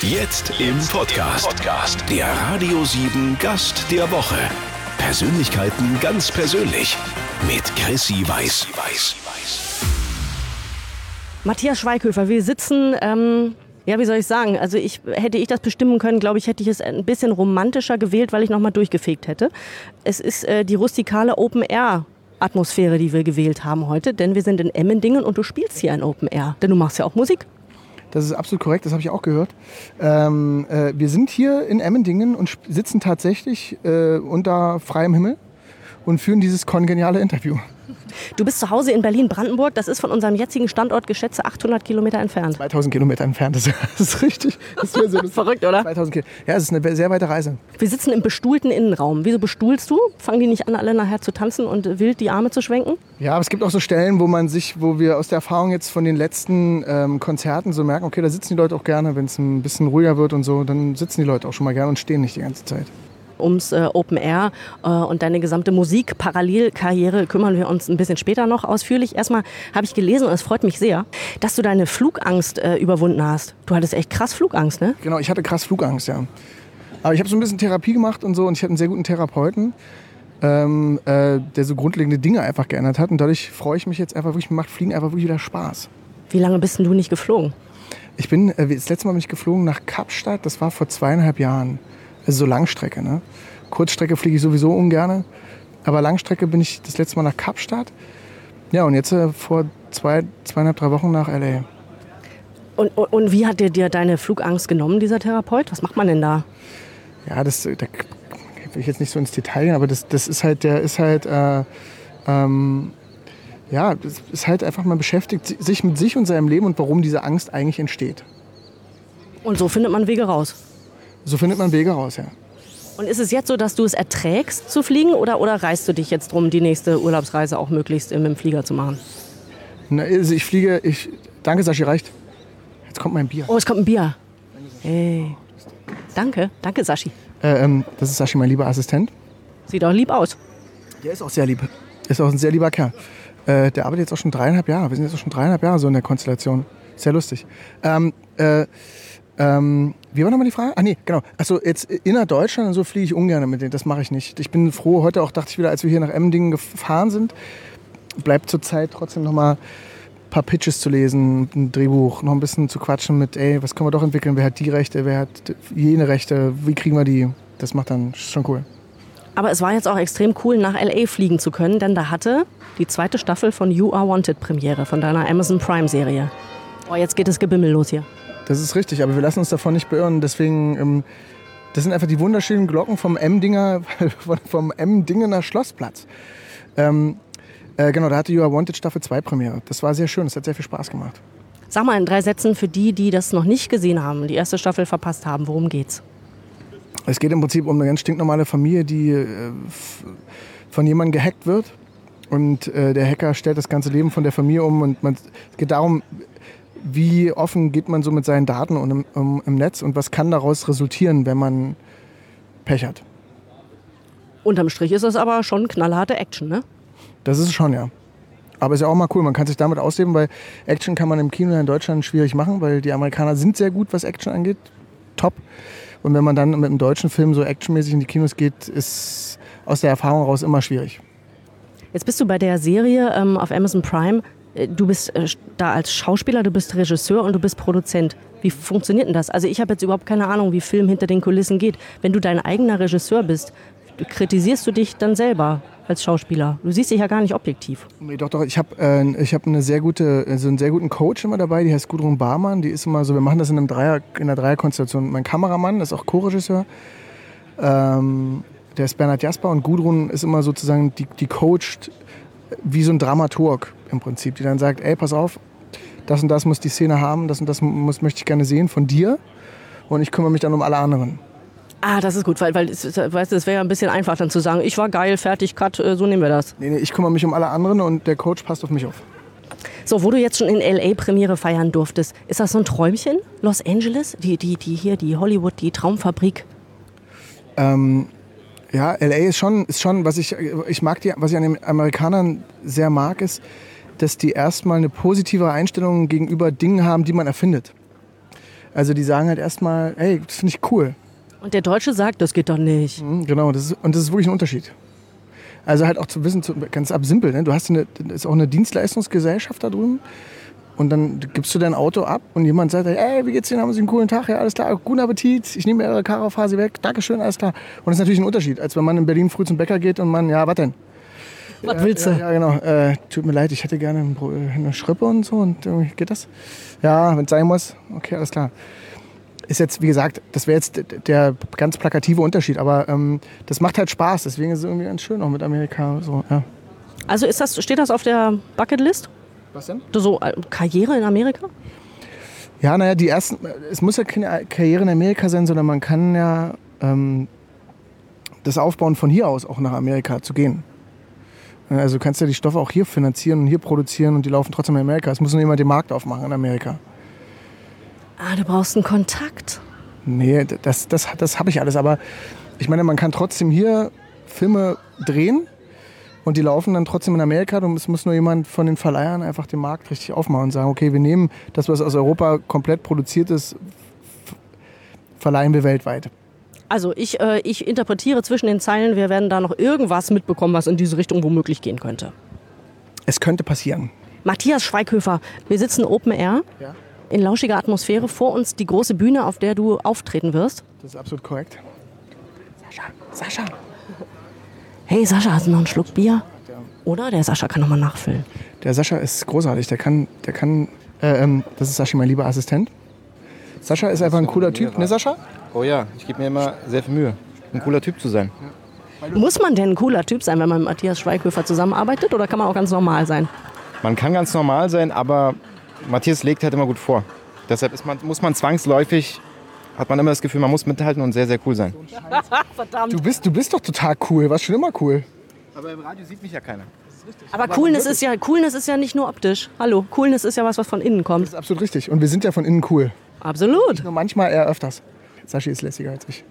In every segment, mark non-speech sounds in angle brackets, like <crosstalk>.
Jetzt im Podcast. Podcast. Der Radio 7 Gast der Woche. Persönlichkeiten ganz persönlich. Mit Chrissy Weiß. Matthias Schweighöfer, wir sitzen, ähm, ja, wie soll ich sagen? Also ich hätte ich das bestimmen können, glaube ich, hätte ich es ein bisschen romantischer gewählt, weil ich nochmal durchgefegt hätte. Es ist äh, die rustikale Open Air. Atmosphäre, die wir gewählt haben heute, denn wir sind in Emmendingen und du spielst hier ein Open Air, denn du machst ja auch Musik. Das ist absolut korrekt, das habe ich auch gehört. Ähm, äh, wir sind hier in Emmendingen und sp- sitzen tatsächlich äh, unter freiem Himmel und führen dieses kongeniale Interview. Du bist zu Hause in Berlin-Brandenburg, das ist von unserem jetzigen Standort geschätzte 800 Kilometer entfernt. 2000 Kilometer entfernt, das ist, <laughs> das ist richtig. Das wäre so das Verrückt, oder? 2000 Kilometer. Ja, es ist eine sehr weite Reise. Wir sitzen im bestuhlten Innenraum. Wieso bestuhlst du? Fangen die nicht an, alle nachher zu tanzen und äh, wild die Arme zu schwenken? Ja, aber es gibt auch so Stellen, wo man sich, wo wir aus der Erfahrung jetzt von den letzten ähm, Konzerten so merken, okay, da sitzen die Leute auch gerne, wenn es ein bisschen ruhiger wird und so, dann sitzen die Leute auch schon mal gerne und stehen nicht die ganze Zeit. ums äh, Open Air äh, und deine gesamte Musikparallelkarriere kümmern wir uns ein bisschen später noch ausführlich. Erstmal habe ich gelesen und es freut mich sehr, dass du deine Flugangst äh, überwunden hast. Du hattest echt krass Flugangst, ne? Genau, ich hatte krass Flugangst, ja. Aber ich habe so ein bisschen Therapie gemacht und so und ich hatte einen sehr guten Therapeuten, ähm, äh, der so grundlegende Dinge einfach geändert hat und dadurch freue ich mich jetzt einfach wirklich, mir macht Fliegen einfach wirklich wieder Spaß. Wie lange bist denn du nicht geflogen? Ich bin, äh, das letzte Mal bin ich geflogen nach Kapstadt, das war vor zweieinhalb Jahren. Also so Langstrecke, ne? Kurzstrecke fliege ich sowieso ungern, aber Langstrecke bin ich das letzte Mal nach Kapstadt. Ja, und jetzt äh, vor zwei, zweieinhalb, drei Wochen nach L.A. Und, und, und wie hat dir, dir deine Flugangst genommen, dieser Therapeut? Was macht man denn da? Ja, das, äh, da will ich jetzt nicht so ins Detail gehen, aber das, das ist halt, der ist halt, äh, ähm, ja, das ist halt einfach, man beschäftigt si- sich mit sich und seinem Leben und warum diese Angst eigentlich entsteht. Und so findet man Wege raus. So findet man Wege raus, ja. Und ist es jetzt so, dass du es erträgst zu fliegen oder, oder reißt du dich jetzt drum, die nächste Urlaubsreise auch möglichst äh, mit dem Flieger zu machen? Na, also ich fliege, ich, danke Sashi, reicht. Jetzt kommt mein Bier. Oh, es kommt ein Bier. Hey. Danke, danke Sashi. Äh, ähm, das ist Sashi, mein lieber Assistent. Sieht auch lieb aus. Der ist auch sehr lieb. Ist auch ein sehr lieber Kerl. Äh, der arbeitet jetzt auch schon dreieinhalb Jahre. Wir sind jetzt auch schon dreieinhalb Jahre so in der Konstellation. Sehr lustig. Ähm, äh, ähm, wie war nochmal die Frage? Ah nee, genau. Also jetzt innerdeutschland und so fliege ich ungern mit denen. Das mache ich nicht. Ich bin froh, heute auch dachte ich wieder, als wir hier nach Emmendingen gefahren sind, bleibt zur Zeit trotzdem nochmal ein paar Pitches zu lesen, ein Drehbuch, noch ein bisschen zu quatschen mit, ey, was können wir doch entwickeln? Wer hat die Rechte? Wer hat jene Rechte? Wie kriegen wir die? Das macht dann schon cool. Aber es war jetzt auch extrem cool, nach LA fliegen zu können, denn da hatte die zweite Staffel von You Are Wanted Premiere, von deiner Amazon Prime-Serie. Oh, jetzt geht das Gebimmel los hier. Das ist richtig, aber wir lassen uns davon nicht beirren. Deswegen, ähm, das sind einfach die wunderschönen Glocken vom Emdinger, <laughs> von- vom Emdingener Schlossplatz. Ähm, äh, genau, da hatte You Are Wanted Staffel 2 Premiere. Das war sehr schön, das hat sehr viel Spaß gemacht. Sag mal in drei Sätzen für die, die das noch nicht gesehen haben, die erste Staffel verpasst haben, worum geht's? Es geht im Prinzip um eine ganz stinknormale Familie, die äh, f- von jemandem gehackt wird. Und äh, der Hacker stellt das ganze Leben von der Familie um. Und man, es geht darum, wie offen geht man so mit seinen Daten und im, um, im Netz und was kann daraus resultieren, wenn man Pech hat. Unterm Strich ist es aber schon knallharte Action, ne? Das ist es schon, ja. Aber ist ja auch mal cool, man kann sich damit ausleben, weil Action kann man im Kino in Deutschland schwierig machen, weil die Amerikaner sind sehr gut, was Action angeht. Top. Und wenn man dann mit einem deutschen Film so actionmäßig in die Kinos geht, ist aus der Erfahrung raus immer schwierig. Jetzt bist du bei der Serie ähm, auf Amazon Prime. Äh, Du bist äh, da als Schauspieler, du bist Regisseur und du bist Produzent. Wie funktioniert denn das? Also ich habe jetzt überhaupt keine Ahnung, wie Film hinter den Kulissen geht. Wenn du dein eigener Regisseur bist, du- kritisierst du dich dann selber als Schauspieler? Du siehst dich ja gar nicht objektiv. Nee, doch, doch. Ich habe äh, ich hab eine sehr gute, also einen sehr guten Coach immer dabei, die heißt Gudrun Barmann. Die ist immer so, wir machen das in, einem Dreier, in einer Dreierkonstellation. Mein Kameramann ist auch Co-Regisseur. Ähm, der ist Bernhard Jasper und Gudrun ist immer sozusagen, die, die coacht wie so ein Dramaturg im Prinzip, die dann sagt, ey, pass auf, das und das muss die Szene haben, das und das muss, möchte ich gerne sehen von dir. Und ich kümmere mich dann um alle anderen. Ah, das ist gut, weil, weil es, es- weißt du, es wäre ja ein bisschen einfach dann zu sagen, ich war geil, fertig, cut, äh, so nehmen wir das. Nee, nee, ich kümmere mich um alle anderen und der Coach passt auf mich auf. So, wo du jetzt schon in L.A. Premiere feiern durftest, ist das so ein Träumchen? Los Angeles? Die, die, die hier, die Hollywood, die Traumfabrik. Ja, LA ist schon, ist schon, was ich, ich mag die, was ich an den Amerikanern sehr mag, ist, dass die erstmal eine positive Einstellung gegenüber Dingen haben, die man erfindet. Also die sagen halt erstmal, ey, das finde ich cool. Und der Deutsche sagt, das geht doch nicht. Mhm, Genau, das ist, und das ist wirklich ein Unterschied. Also halt auch zu wissen, zu, ganz absimpel, ne? du hast eine, das ist auch eine Dienstleistungsgesellschaft da drüben und dann gibst du dein Auto ab und jemand sagt, ey, wie geht's Ihnen, haben Sie einen coolen Tag, ja, alles klar, guten Appetit, ich nehme Ihre Karaoke-Phase weg, Dankeschön, alles klar. Und das ist natürlich ein Unterschied, als wenn man in Berlin früh zum Bäcker geht und man, ja, was denn? Was willst du? Ja, ja genau, äh, tut mir leid, ich hätte gerne ein Bro- äh, eine Schrippe und so und irgendwie geht das? Ja, wenn es sein muss, okay, alles klar ist jetzt, wie gesagt, das wäre jetzt d- d- der ganz plakative Unterschied, aber ähm, das macht halt Spaß, deswegen ist es irgendwie ganz schön auch mit Amerika. So, ja. Also ist das, steht das auf der Bucketlist? Was denn? So äh, Karriere in Amerika? Ja, naja, die ersten, äh, es muss ja keine Karriere in Amerika sein, sondern man kann ja ähm, das aufbauen, von hier aus auch nach Amerika zu gehen. Also du kannst ja die Stoffe auch hier finanzieren und hier produzieren und die laufen trotzdem in Amerika. Es muss nur jemand den Markt aufmachen in Amerika. Ah, du brauchst einen Kontakt. Nee, d- das, das, das habe ich alles. Aber ich meine, man kann trotzdem hier Filme drehen und die laufen dann trotzdem in Amerika. Und es muss nur jemand von den Verleihern einfach den Markt richtig aufmachen und sagen, okay, wir nehmen das, was aus Europa komplett produziert ist, f- verleihen wir weltweit. Also ich, äh, ich interpretiere zwischen den Zeilen, wir werden da noch irgendwas mitbekommen, was in diese Richtung womöglich gehen könnte. Es könnte passieren. Matthias Schweighöfer, wir sitzen Open Air Ja, in lauschiger Atmosphäre. Vor uns die große Bühne, auf der du auftreten wirst. das ist absolut korrekt. Sascha, Sascha. Hey Sascha, hast du noch einen Schluck Bier? Oder? Der Sascha kann nochmal nachfüllen. Der Sascha ist großartig. Der kann, der kann, äh, ähm, das ist Sascha, mein lieber Assistent. Sascha ist einfach ein cooler Typ. Ne, Sascha? Oh ja, ich gebe mir immer sehr viel Mühe, ein cooler Typ zu sein. Muss man denn ein cooler Typ sein, wenn man mit Matthias Schweighöfer zusammenarbeitet? Oder kann man auch ganz normal sein? Man kann ganz normal sein, aber Matthias legt halt immer gut vor. Deshalb ist man, muss man zwangsläufig, hat man immer das Gefühl, man muss mithalten und sehr, sehr cool sein. Du bist, du bist doch total cool. Warst schon immer cool. Aber im Radio sieht mich ja keiner. Aber Coolness ist, ja, Coolness ist ja nicht nur optisch. Hallo, Coolness ist ja was, was von innen Das kommt. ist absolut richtig. Und wir sind ja von innen cool. Absolut. Nur manchmal eher öfters. Sashi ist lässiger als ich.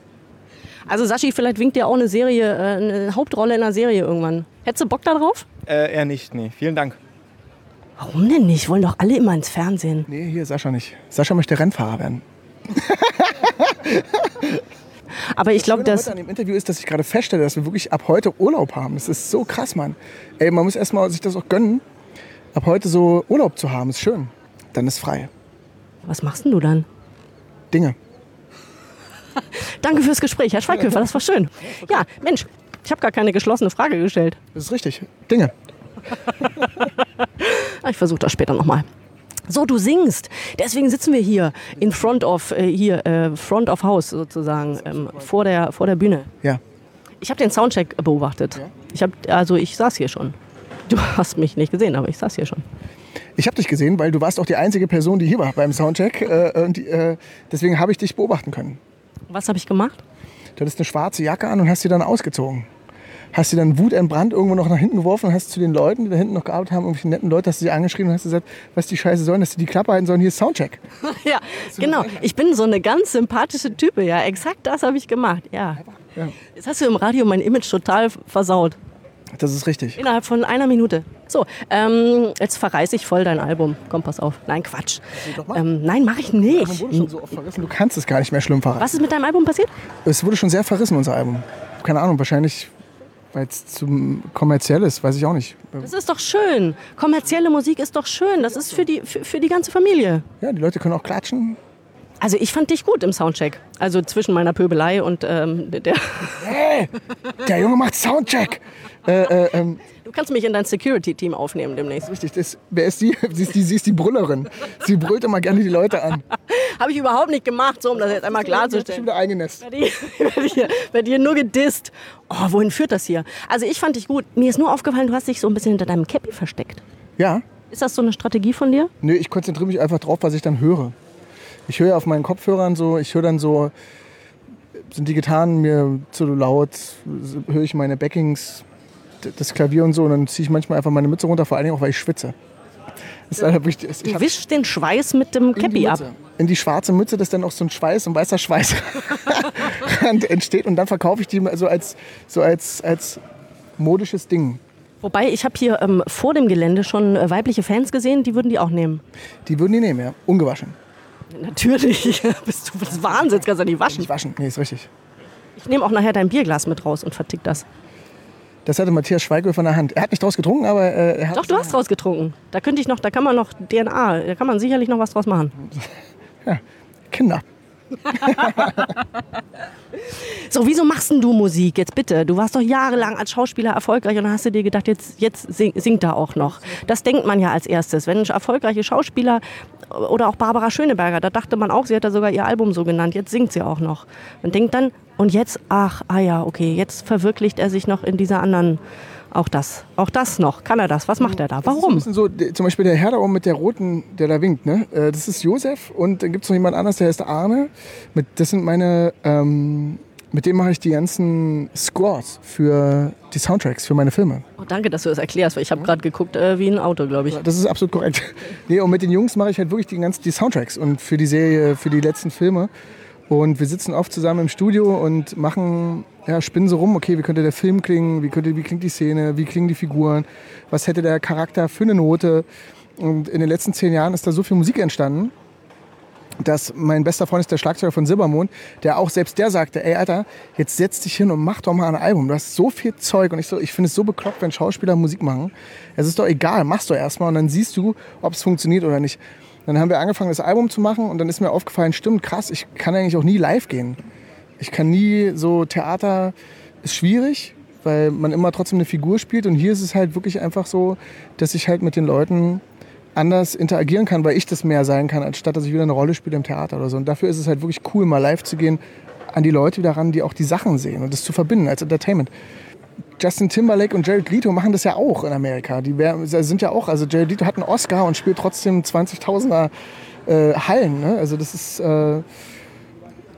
Also Saschi, vielleicht winkt dir auch eine Serie, äh, eine Hauptrolle in einer Serie irgendwann. Hättest du Bock darauf? Äh, eher nicht, nee. Vielen Dank. Warum denn nicht? Wollen doch alle immer ins Fernsehen. Nee, hier Sascha nicht. Sascha möchte Rennfahrer werden. Aber ich glaube, Schöne dass... heute an dem Interview ist, dass ich gerade feststelle, dass wir wirklich ab heute Urlaub haben. Das ist so krass, Mann. Ey, man muss erstmal sich das auch gönnen. Ab heute so Urlaub zu haben, ist schön. Dann ist frei. Was machst denn du dann? Dinge. Danke fürs Gespräch, Herr Schweighöfer, das war schön. Ja, Mensch, ich habe gar keine geschlossene Frage gestellt. Das ist richtig. Dinge. Ah, Ich versuche das später nochmal. So, du singst. Deswegen sitzen wir hier in front of, äh, hier, äh, front of house sozusagen, ähm, vor, der, vor der Bühne. Ja. Ich habe den Soundcheck beobachtet. Ich hab, also ich saß hier schon. Du <laughs> hast mich nicht gesehen, aber ich saß hier schon. Ich habe dich gesehen, weil du warst auch die einzige Person, die hier war beim Soundcheck. Äh, und die, äh, deswegen habe ich dich beobachten können. Was habe ich gemacht? Du hattest eine schwarze Jacke an und hast sie dann ausgezogen. Hast sie dann wutentbrannt irgendwo noch nach hinten geworfen und hast zu den Leuten, die da hinten noch gearbeitet haben, irgendwelche netten Leute, hast du sie angeschrien und hast gesagt, was die Scheiße sollen, dass sie die Klappe halten sollen, hier ist Soundcheck. ja, <laughs> genau. Ich bin so eine ganz sympathische Type. Ja, exakt das habe ich gemacht. Ja. Ja. Jetzt hast du im Radio mein Image total versaut. Das ist richtig. Innerhalb von einer Minute. So, ähm, jetzt verreiße ich voll dein Album. Komm, pass auf. Nein, Quatsch. Ähm, nein, mache ich nicht. Wurde schon so oft verrissen, du kannst es gar nicht mehr schlimm verraten. Was ist mit deinem Album passiert? Es wurde schon sehr verrissen, unser Album. Keine Ahnung, wahrscheinlich, weil es zum kommerziell ist, weiß ich auch nicht. Das ist doch schön. Kommerzielle Musik ist doch schön. Das ist für die, für, für die ganze Familie. Ja, die Leute können auch klatschen. Also ich fand dich gut im Soundcheck. Also zwischen meiner Pöbelei und ähm, der... <laughs> Hey, der Junge macht Soundcheck. Äh, äh, ähm, Du kannst mich in dein Security-Team aufnehmen demnächst. richtig, das, wer ist die? <laughs> Sie ist die, sie ist die Brüllerin. Sie brüllt immer gerne die Leute an. Habe ich überhaupt nicht gemacht, so um das jetzt einmal Ich bin klarzustellen. wieder eingenässt. <laughs> Bei dir, bei dir- bei dir nur gedisst. Oh, wohin führt das hier? Also ich fand dich gut. Mir ist nur aufgefallen, du hast dich so ein bisschen hinter deinem Cappy versteckt. Ja, Ist das so eine Strategie von dir? nö, ich konzentriere mich einfach drauf, was ich dann höre. Ich höre auf meinen Kopfhörern so, ich höre dann so, sind die Gitarren mir zu laut, höre ich meine Backings, d- das Klavier und so, und dann ziehe ich manchmal einfach meine Mütze runter, vor allen Dingen auch, weil ich schwitze. Das ist leider wichtig. Ich Du hab wischst den Schweiß mit dem in die Cappy ab. Mütze. In die schwarze Mütze, dass dann auch so ein Schweiß, ein weißer Schweiß <laughs> entsteht und dann verkaufe ich die so als, so als, als modisches Ding. Wobei, ich habe hier ähm, vor dem Gelände schon äh, weibliche Fans gesehen, die würden die auch nehmen. Die würden die nehmen, ja, ungewaschen. Natürlich. <laughs> Bist du des Wahnsinns, kannst du nicht waschen. Nicht waschen. Nee, ist richtig. Ich nehme auch nachher dein Bierglas mit raus und vertick das. Das hatte Matthias Schweighöfer in der Hand. Er hat nicht draus getrunken, aber äh, er hat. Doch, du hast draus getrunken. Da könnte ich noch, da kann man noch DNA, da kann man sicherlich noch was draus machen. Kinder. So, wieso machst denn du Musik jetzt bitte? Du warst doch jahrelang als Schauspieler erfolgreich und dann hast du dir gedacht, jetzt, jetzt sing, singt er auch noch. Das denkt man ja als erstes. Wenn erfolgreiche Schauspieler oder auch Barbara Schöneberger, da dachte man auch, sie hat da sogar ihr Album so genannt, jetzt singt sie auch noch. Man denkt dann, und jetzt, ach, ah ja, okay, jetzt verwirklicht er sich noch in dieser anderen, auch das, auch das noch. Kann er das? Was macht er da? Warum? Das sind so, die- zum Beispiel der Herr da oben mit der roten, der da winkt, ne? Äh, Das ist Josef und dann gibt es noch jemand anders, der heißt Arne. Mit, das sind meine, ähm, mit dem mache ich die ganzen Scores für die Soundtracks, für meine Filme. Oh, danke, dass du das erklärst, weil ich habe gerade geguckt äh, wie ein Auto, glaube ich. Also, Das ist absolut korrekt. <laughs> Nee, und mit den Jungs mache ich halt wirklich die ganzen die Soundtracks und für die Serie, für die letzten Filme. Und wir sitzen oft zusammen im Studio und machen, ja, spinnen so rum, okay, wie könnte der Film klingen, wie, könnte, wie klingt die Szene, wie klingen die Figuren, was hätte der Charakter für eine Note. Und in den letzten zehn Jahren ist da so viel Musik entstanden, dass mein bester Freund ist der Schlagzeuger von Silbermond, der auch selbst der sagte, ey Alter, jetzt setz dich hin und mach doch mal ein Album. Du hast so viel Zeug und ich, so, ich finde es so bekloppt, wenn Schauspieler Musik machen. Es ist doch egal, mach's doch erstmal und dann siehst du, ob es funktioniert oder nicht. Dann haben wir angefangen, das Album zu machen und dann ist mir aufgefallen, stimmt, krass, ich kann eigentlich auch nie live gehen. Ich kann nie so Theater ist schwierig, weil man immer trotzdem eine Figur spielt und hier ist es halt wirklich einfach so, dass ich halt mit den Leuten anders interagieren kann, weil ich das mehr sein kann, anstatt dass ich wieder eine Rolle spiele im Theater oder so. Und dafür ist es halt wirklich cool, mal live zu gehen, an die Leute wieder ran, die auch die Sachen sehen und das zu verbinden als Entertainment. Justin Timberlake und Jared Leto machen das ja auch in Amerika. Die wär- sind ja auch, also Jared Leto hat einen Oscar und spielt trotzdem 20.000er äh, Hallen. Ne? Also das ist, äh,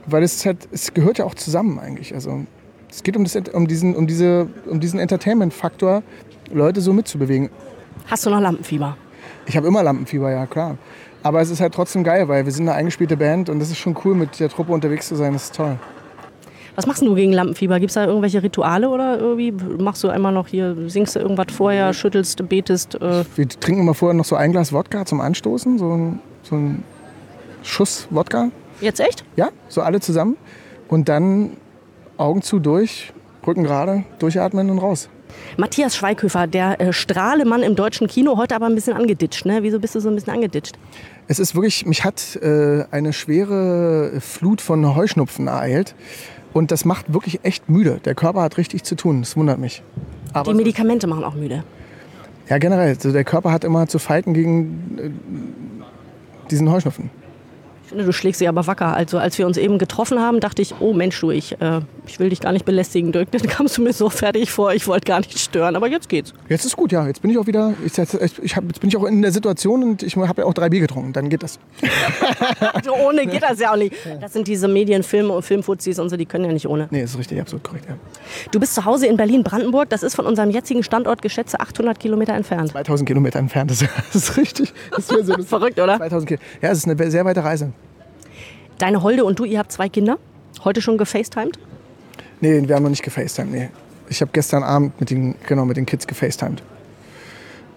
weil es ist halt, es gehört ja auch zusammen eigentlich. Also es geht um, das, um diesen, um diese, um diesen Entertainment-Faktor, Leute so mitzubewegen. Hast du noch Lampenfieber? Ich habe immer Lampenfieber, ja klar. Aber es ist halt trotzdem geil, weil wir sind eine eingespielte Band und das ist schon cool, mit der Truppe unterwegs zu sein. Das ist toll. Was machst du gegen Lampenfieber? Gibt es da irgendwelche Rituale oder irgendwie machst du einmal noch hier, singst du irgendwas vorher, schüttelst, betest? Äh, Wir trinken immer vorher noch so ein Glas Wodka zum Anstoßen, so ein, so ein Schuss Wodka. jetzt echt? Ja, so alle zusammen. Und dann Augen zu, durch, Rücken gerade, durchatmen und raus. Matthias Schweighöfer, der äh, Strahlemann im deutschen Kino, heute aber ein bisschen angeditscht, ne? Wieso bist du so ein bisschen angeditscht? Es ist wirklich, mich hat äh, eine schwere Flut von Heuschnupfen ereilt. Und das macht wirklich echt müde. Der Körper hat richtig zu tun. Das wundert mich. Aber Die Medikamente machen auch müde. Ja, generell. Also der Körper hat immer zu fighten gegen äh, diesen Heuschnupfen. Ich finde, du schlägst sie aber wacker. Also als wir uns eben getroffen haben, dachte ich, oh Mensch, du, ich, äh, ich will dich gar nicht belästigen, Dirk. Dann kamst du mir so fertig vor, ich wollte gar nicht stören, aber jetzt geht's. Jetzt ist gut, ja. Jetzt bin ich auch wieder. Ich, ich, ich hab, jetzt bin ich auch in der Situation und ich habe ja auch drei Bier getrunken. Dann geht das. Also ohne geht das ja auch nicht. Das sind diese Medien, Filme und Filmfuzis und so, die können ja nicht ohne. Nee, ist richtig, absolut korrekt. Ja. Du bist zu Hause in Berlin-Brandenburg. Das ist von unserem jetzigen Standort geschätzte 800 Kilometer entfernt. 2000 Kilometer entfernt ist, <laughs> ist richtig. Das <laughs> wäre so das Verrückt, oder? 2000 Kilometer. Ja, es ist eine sehr weite Reise. Deine Holde und du, ihr habt zwei Kinder. Heute schon gefacetimed. Nee, wir haben noch nicht gefacetimed. Nee. Ich habe gestern Abend mit den, genau, mit den Kids gefacetimed.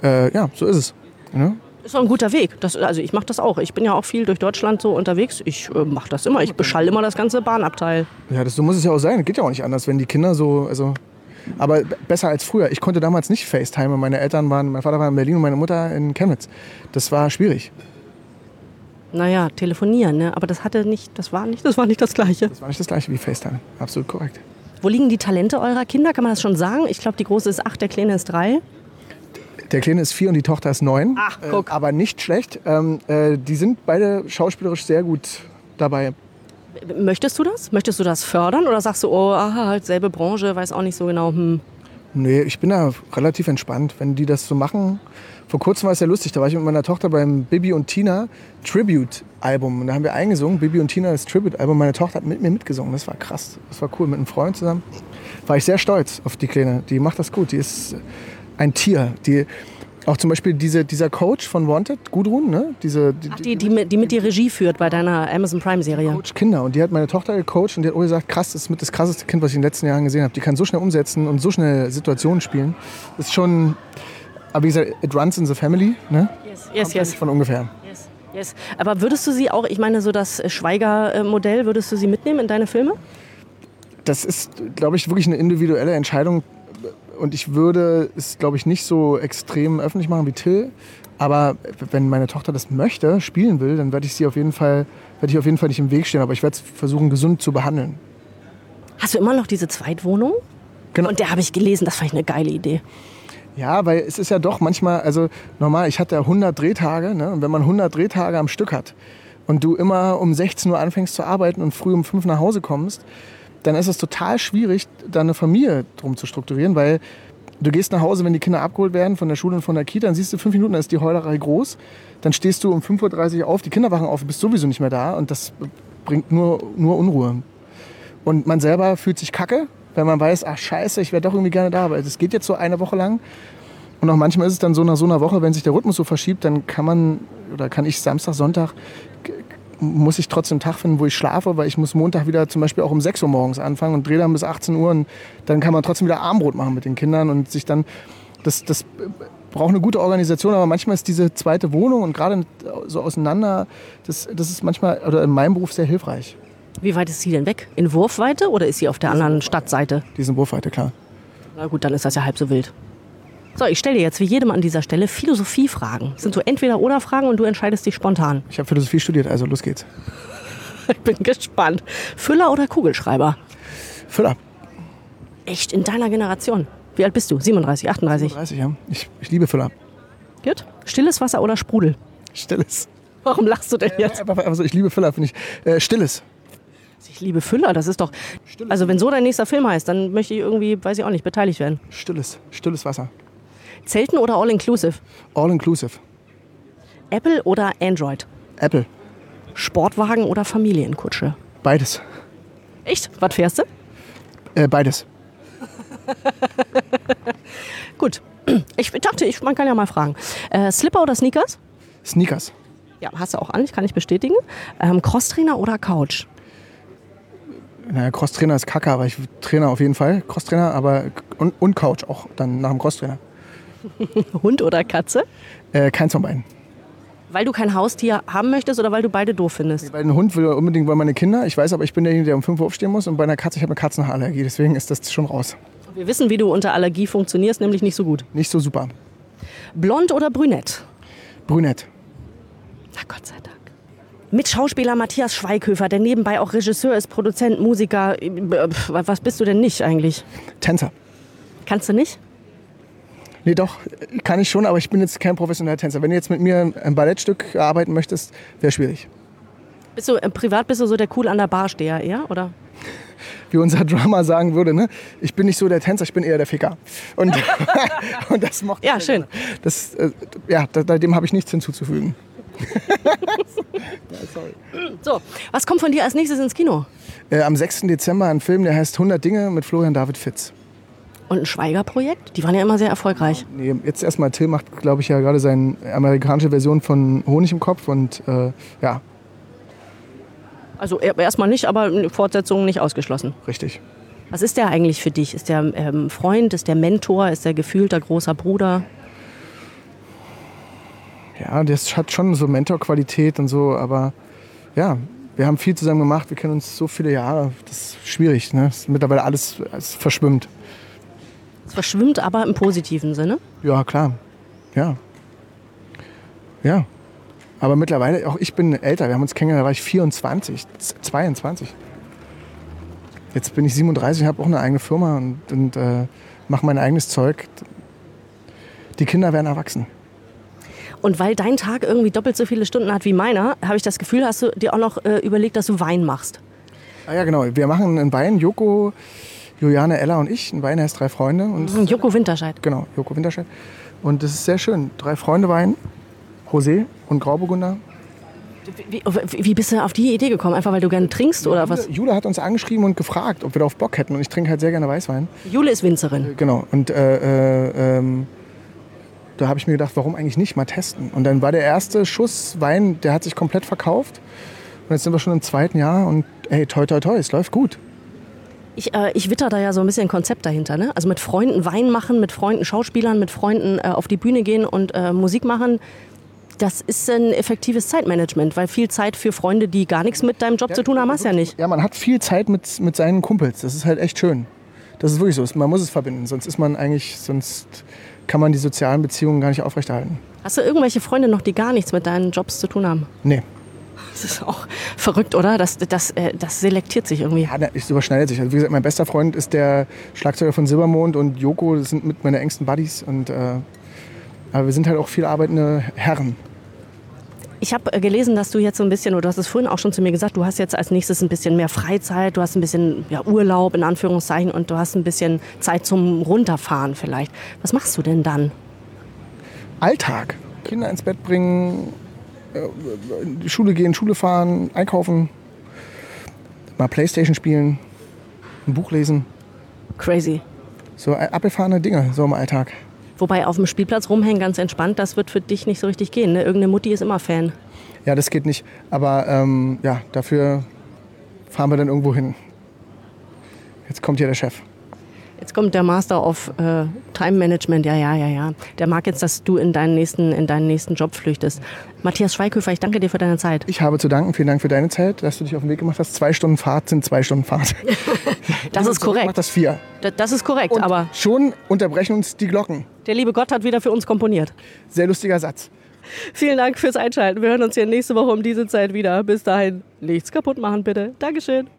Äh, ja, so ist es. Ne? Ist doch ein guter Weg. Das, also ich mache das auch. Ich bin ja auch viel durch Deutschland so unterwegs. Ich äh, mache das immer. Ich beschall immer das ganze Bahnabteil. Ja, das, so muss es ja auch sein. Geht ja auch nicht anders, wenn die Kinder so. Also, aber b- besser als früher. Ich konnte damals nicht FaceTime. Meine Eltern waren, mein Vater war in Berlin und meine Mutter in Chemnitz. Das war schwierig. Naja, telefonieren, ne? Aber das hatte nicht, das war nicht, das war nicht das Gleiche. Das war nicht das gleiche wie FaceTime. Absolut korrekt. Wo liegen die Talente eurer Kinder? Kann man das schon sagen? Ich glaube, die große ist acht, der kleine ist drei. Der Kleine ist vier und die Tochter ist neun. Ach, guck. Äh, aber nicht schlecht. Ähm, äh, die sind beide schauspielerisch sehr gut dabei. Möchtest du das? Möchtest du das fördern? Oder sagst du, oh, aha, halt selbe Branche, weiß auch nicht so genau. Hm. Nee, ich bin da relativ entspannt, wenn die das so machen. Vor kurzem war es ja lustig, da war ich mit meiner Tochter beim Bibi und Tina Tribute-Album. Und da haben wir eingesungen, Bibi und Tina das Tribute-Album. Meine Tochter hat mit mir mitgesungen, das war krass. Das war cool, mit einem Freund zusammen. War ich sehr stolz auf die Kleine, die macht das gut. Die ist ein Tier. Die, auch zum Beispiel diese, dieser Coach von Wanted, Gudrun, ne? Diese, die, Ach, die, die, mit- die mit die Regie führt bei deiner Amazon Prime-Serie. Coach Kinder. Und die hat meine Tochter gecoacht und die hat auch gesagt, krass, das ist mit das krasseste Kind, was ich in den letzten Jahren gesehen habe. Die kann so schnell umsetzen und so schnell Situationen spielen. Ist schon, aber wie gesagt, it runs in the family, ne? Yes, yes, Nicht Von ungefähr. yes. Yes. Aber würdest du sie auch, ich meine, so das Schweiger-Modell, würdest du sie mitnehmen in deine Filme? Das ist, glaube ich, wirklich eine individuelle Entscheidung. Und ich würde es, glaube ich, nicht so extrem öffentlich machen wie Till. Aber wenn meine Tochter das möchte, spielen will, dann werde ich sie auf jeden Fall, werde ich auf jeden Fall nicht im Weg stehen. Aber ich werde es versuchen, gesund zu behandeln. Hast du immer noch diese Zweitwohnung? Genau. Und der habe ich gelesen, das fand ich eine geile Idee. Ja, weil es ist ja doch manchmal, also normal, ich hatte ja 100 Drehtage, ne? und wenn man 100 Drehtage am Stück hat und du immer um 16 Uhr anfängst zu arbeiten und früh um 5 nach Hause kommst, dann ist es total schwierig, da eine Familie drum zu strukturieren, weil du gehst nach Hause, wenn die Kinder abgeholt werden von der Schule und von der Kita, dann siehst du fünf Minuten, dann ist die Heulerei groß, dann stehst du um 5.30 Uhr auf, die Kinder wachen auf, du bist sowieso nicht mehr da und das bringt nur, nur Unruhe. Und man selber fühlt sich kacke, wenn man weiß, ach scheiße, ich wäre doch irgendwie gerne da, aber es geht jetzt so eine Woche lang. Und auch manchmal ist es dann so nach so einer Woche, wenn sich der Rhythmus so verschiebt, dann kann man oder kann ich Samstag, Sonntag, g- muss ich trotzdem einen Tag finden, wo ich schlafe, weil ich muss Montag wieder zum Beispiel auch um 6 Uhr morgens anfangen und drehe dann bis 18 Uhr und dann kann man trotzdem wieder Armbrot machen mit den Kindern und sich dann, das, das äh, braucht eine gute Organisation, aber manchmal ist diese zweite Wohnung und gerade so auseinander, das, das ist manchmal, oder in meinem Beruf sehr hilfreich, Wie weit ist sie denn weg? In Wurfweite oder ist sie auf der anderen Stadtseite? diesen Wurf weiter, klar. Na gut, dann ist das ja halb so wild. So, ich stelle dir jetzt wie jedem an dieser Stelle Philosophiefragen. Das sind so Entweder-Oder-Fragen und du entscheidest dich spontan. <laughs> Ich habe Philosophie studiert, also los geht's. Ich bin gespannt. Füller oder Kugelschreiber? Füller. Echt, in deiner Generation. Wie alt bist du? 37, 38? 30, ja. Ich, ich liebe Füller. Gut. Stilles Wasser oder Sprudel? Stilles. Warum lachst du denn jetzt? Einfach, einfach so, ich liebe Füller, finde ich. Äh, Stilles. Ich liebe Füller, das ist doch. Also, wenn so dein nächster Film heißt, dann möchte ich irgendwie, weiß ich auch nicht, beteiligt werden. Stilles. Stilles Wasser. Zelten oder All-Inclusive? All inclusive. Apple oder Android? Apple. Sportwagen oder Familienkutsche? Beides. Echt? Was fährst du? Äh, beides. Gut. <clears throat> Ich dachte, ich, man kann ja mal fragen. Äh, Slipper oder Sneakers? Sneakers. Ja, hast du auch an, ich kann ich bestätigen. Ähm, Crosstrainer oder Couch? Naja, Crosstrainer ist kacke, aber ich Trainer auf jeden Fall. Crosstrainer, aber und, und Couch auch dann nach dem Crosstrainer. Hund oder Katze? Äh, keins von beiden. Weil du kein Haustier haben möchtest oder weil du beide doof findest? Bei einem Hund will unbedingt bei meine Kinder. Ich weiß aber, ich bin derjenige, der um 5 Uhr aufstehen muss. Und bei einer Katze, ich habe eine Katzenhaarallergie. Deswegen ist das schon raus. Wir wissen, wie du unter Allergie funktionierst, nämlich nicht so gut. Nicht so super. Blond oder brünett? Brünett. Na Gott sei Dank. Mit Schauspieler Matthias Schweighöfer, der nebenbei auch Regisseur ist, Produzent, Musiker. äh, pf, Was bist du denn nicht eigentlich? Tänzer. Kannst du nicht? Nee, doch, kann ich schon, aber ich bin jetzt kein professioneller Tänzer. Wenn du jetzt mit mir ein Ballettstück arbeiten möchtest, wäre schwierig. Bist du äh, privat bist du so der cool an der Bar steher, eher, oder? Wie unser Drama sagen würde, ne? Ich bin nicht so der Tänzer, ich bin eher der Ficker. <laughs> Und, und das mochte Ja, ich. schön. Das, äh, ja, da, da- dem habe ich nichts hinzuzufügen. So, was kommt von dir als nächstes ins Kino? Äh, am 6. Dezember ein Film, der heißt 100 Dinge mit Florian David Fitz. Und ein Schweiger-Projekt? Die waren ja immer sehr erfolgreich. Nee, jetzt erstmal, Till macht, glaube ich, ja gerade seine amerikanische Version von Honig im Kopf und äh, ja, Also er- erstmal nicht, aber eine Fortsetzung nicht ausgeschlossen. richtig. Was ist der eigentlich für dich? Ist der ähm, Freund, ist der Mentor, ist der gefühlter großer Bruder? Ja, das hat schon so Mentorqualität und so, aber ja, wir haben viel zusammen gemacht, wir kennen uns so viele Jahre. Das ist schwierig, ne? Ist mittlerweile alles, alles verschwimmt. Es verschwimmt aber im positiven Sinne. Ja, klar. Ja. Ja. Aber mittlerweile, auch ich bin älter, wir haben uns kennengelernt, da war ich 24, z- 22. Jetzt bin ich 37, habe auch eine eigene Firma und, und äh, mache mein eigenes Zeug. Die Kinder werden erwachsen. Und weil dein Tag irgendwie doppelt so viele Stunden hat wie meiner, habe ich das Gefühl, hast du dir auch noch äh, überlegt, dass du Wein machst. Ah ja, genau. Wir machen einen Wein, Joko, Juliane, Ella und ich. Ein Wein heißt Drei Freunde. Und Hm, Joko Winterscheid. Genau, Joko Winterscheid. Und das ist sehr schön. Drei Freunde Wein, Rosé und Grauburgunder. Wie, wie wie bist du auf die Idee gekommen? Einfach weil du gerne trinkst oder was? Jule, Jule hat uns angeschrieben und gefragt, ob wir darauf Bock hätten. Und ich trinke halt sehr gerne Weißwein. Jule ist Winzerin. Genau. Und äh, äh, ähm, da habe ich mir gedacht, warum eigentlich nicht mal testen? Und dann war der erste Schuss Wein, der hat sich komplett verkauft. Und jetzt sind wir schon im zweiten Jahr und hey, toi, toi, toi, es läuft gut. Ich, äh, ich witter da ja so ein bisschen ein Konzept dahinter. Ne? Also mit Freunden Wein machen, mit Freunden Schauspielern, mit Freunden äh, auf die Bühne gehen und äh, Musik machen. das ist ein effektives Zeitmanagement, weil viel Zeit für Freunde, die gar nichts mit deinem Job zu tun haben, hast du ja nicht. Ja, man hat viel Zeit mit, mit seinen Kumpels. Das ist halt echt schön. Das ist wirklich so. Man muss es verbinden. Sonst ist man eigentlich, sonst kann man die sozialen Beziehungen gar nicht aufrechterhalten. Hast du irgendwelche Freunde noch, die gar nichts mit deinen Jobs zu tun haben? Nee. Das ist auch verrückt, oder? Das, das, äh, das selektiert sich irgendwie. Ja, na, es überschneidet sich. Also wie gesagt, mein bester Freund ist der Schlagzeuger von Silbermond und Joko, das sind mit meine engsten Buddies. Und, äh, aber wir sind halt auch viel arbeitende Herren. Ich habe äh, gelesen, dass du jetzt so ein bisschen, oder du hast es vorhin auch schon zu mir gesagt, du hast jetzt als nächstes ein bisschen mehr Freizeit, du hast ein bisschen ja, Urlaub in Anführungszeichen und du hast ein bisschen Zeit zum Runterfahren vielleicht. Was machst du denn dann? Alltag. Kinder ins Bett bringen, äh, in die Schule gehen, Schule fahren, einkaufen, mal Playstation spielen, ein Buch lesen. Crazy. So äh, abgefahrene Dinge, so im Alltag. Wobei auf dem Spielplatz rumhängen ganz entspannt, das wird für dich nicht so richtig gehen. Ne? Irgendeine Mutti ist immer Fan. Ja, das geht nicht. Aber ähm, ja, dafür fahren wir dann irgendwo hin. Jetzt kommt hier der Chef. Jetzt kommt der Master of äh, Time Management. Ja, ja, ja, ja. Der mag jetzt, dass du in deinen nächsten, in deinen nächsten Job flüchtest. Matthias Schweighöfer, ich danke dir für deine Zeit. Ich habe zu danken. Vielen Dank für deine Zeit, dass du dich auf den Weg gemacht hast. Zwei Stunden Fahrt sind zwei Stunden Fahrt. Das <laughs> ist Macht korrekt. das vier. Da- Das ist korrekt, Und aber schon unterbrechen uns die Glocken. der liebe Gott hat wieder für uns komponiert. Sehr lustiger Satz. Vielen Dank fürs Einschalten. Wir hören uns hier nächste Woche um diese Zeit wieder. Bis dahin, nichts kaputt machen bitte. Dankeschön.